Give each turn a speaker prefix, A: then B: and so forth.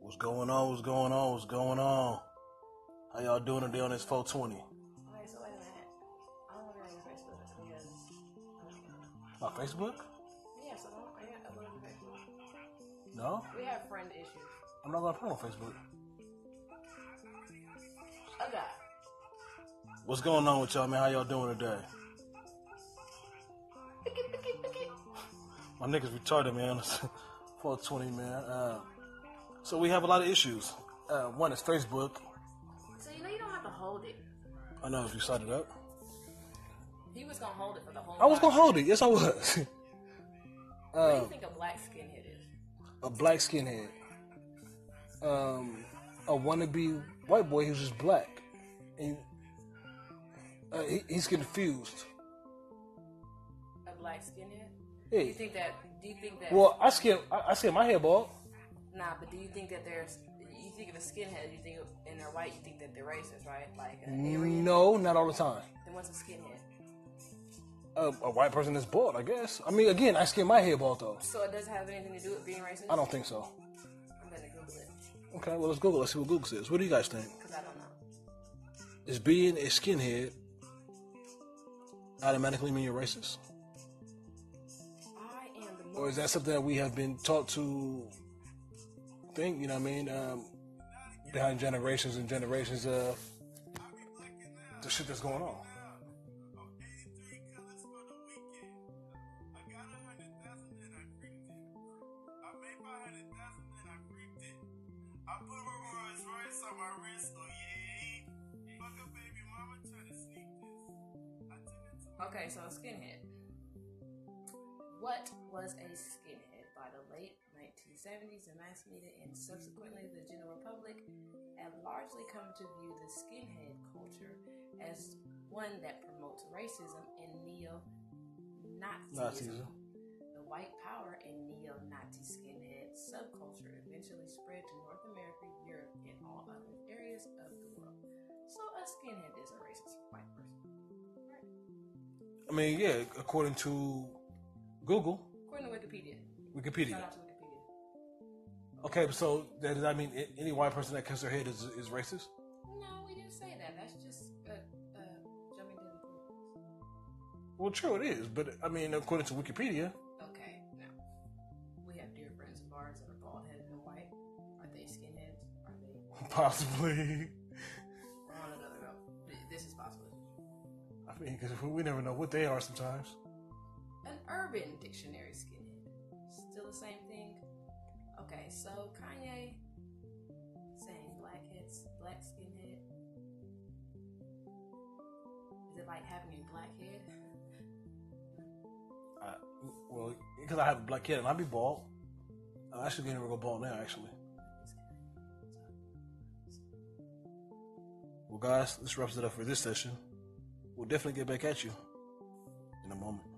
A: What's going on? What's going on? What's going on? How y'all doing today on this 420?
B: Okay, so wait a minute. I'm wondering on Facebook because um,
A: My Facebook?
B: yeah, so don't I got uploaded to Facebook.
A: No,
B: We have friend issues.
A: I'm not gonna put it on Facebook.
B: Okay.
A: What's going on with y'all, man? How y'all doing today?
B: Pick it, pick it, pick it.
A: My niggas retarded, man. 420, man. Uh, so we have a lot of issues. Uh, one is Facebook.
B: So you know you don't have to hold it.
A: I know if you signed it up.
B: He was gonna hold it for the whole.
A: I was gonna
B: live.
A: hold it. Yes, I was.
B: What do you think a black skinhead is?
A: a black skinhead. Um, a wannabe white boy who's just black, and uh, he, he's confused.
B: A black skinhead? Do
A: Yeah.
B: you think that? Do you think that?
A: Well, I skin I, I skin my hair bald.
B: nah, but do you think that there's? You think of a skinhead, you think of, and they're white, you think that they're racist, right? Like an
A: Mm.
B: Aryan.
A: No, not all the time.
B: Then what's a skinhead?
A: A, a white person is bald, I guess. I mean, again, I skin my hair bald though.
B: So it doesn't have anything to do with being racist.
A: I don't think so.
B: I'm gonna Google it
A: Okay, well let's Google. Let's see what Google says. What do you guys think?
B: because I don't know.
A: Is being a skinhead automatically mean you're racist,
B: I am the most.
A: or is that something that we have been taught to think? You know what I mean? Um, behind generations and generations of the shit that's going on.
B: Okay, so a skinhead. What was a skinhead by the late 1970s? The mass media and subsequently the general public have largely come to view the skinhead culture as one that promotes racism and neo Nazism.
A: Nazism.
B: The white power and neo Nazi skinhead subculture eventually spread to North America, Europe, and all other areas of the world. So a skinhead is a racist white person. Right.
A: I mean, yeah, according to Google,
B: According to Wikipedia.
A: Wikipedia.
B: Shout out to Wikipedia.
A: Okay, so that does that mean a- any white person that cuts their head is, is racist?
B: No, we didn't say that. That's just uh, uh, jumping to the conclusions.
A: Well, true, it is, but I mean, according to Wikipedia,
B: Okay, now we have dear friends of ours that are bald headed and white. Are they skinheads? Are they?
A: possibly.
B: We're on another note. Th- This is possible.
A: I mean, because we never know what they are sometimes.
B: An urban dictionary skinhead. Still the same thing. Okay, so Kanye saying blackheads, black skinhead. Is it like having a blackhead?
A: I, well, because I have a black kid and I be bald. I'm actually going to go bald now, actually. Well, guys, this wraps it up for this session. We'll definitely get back at you in a moment.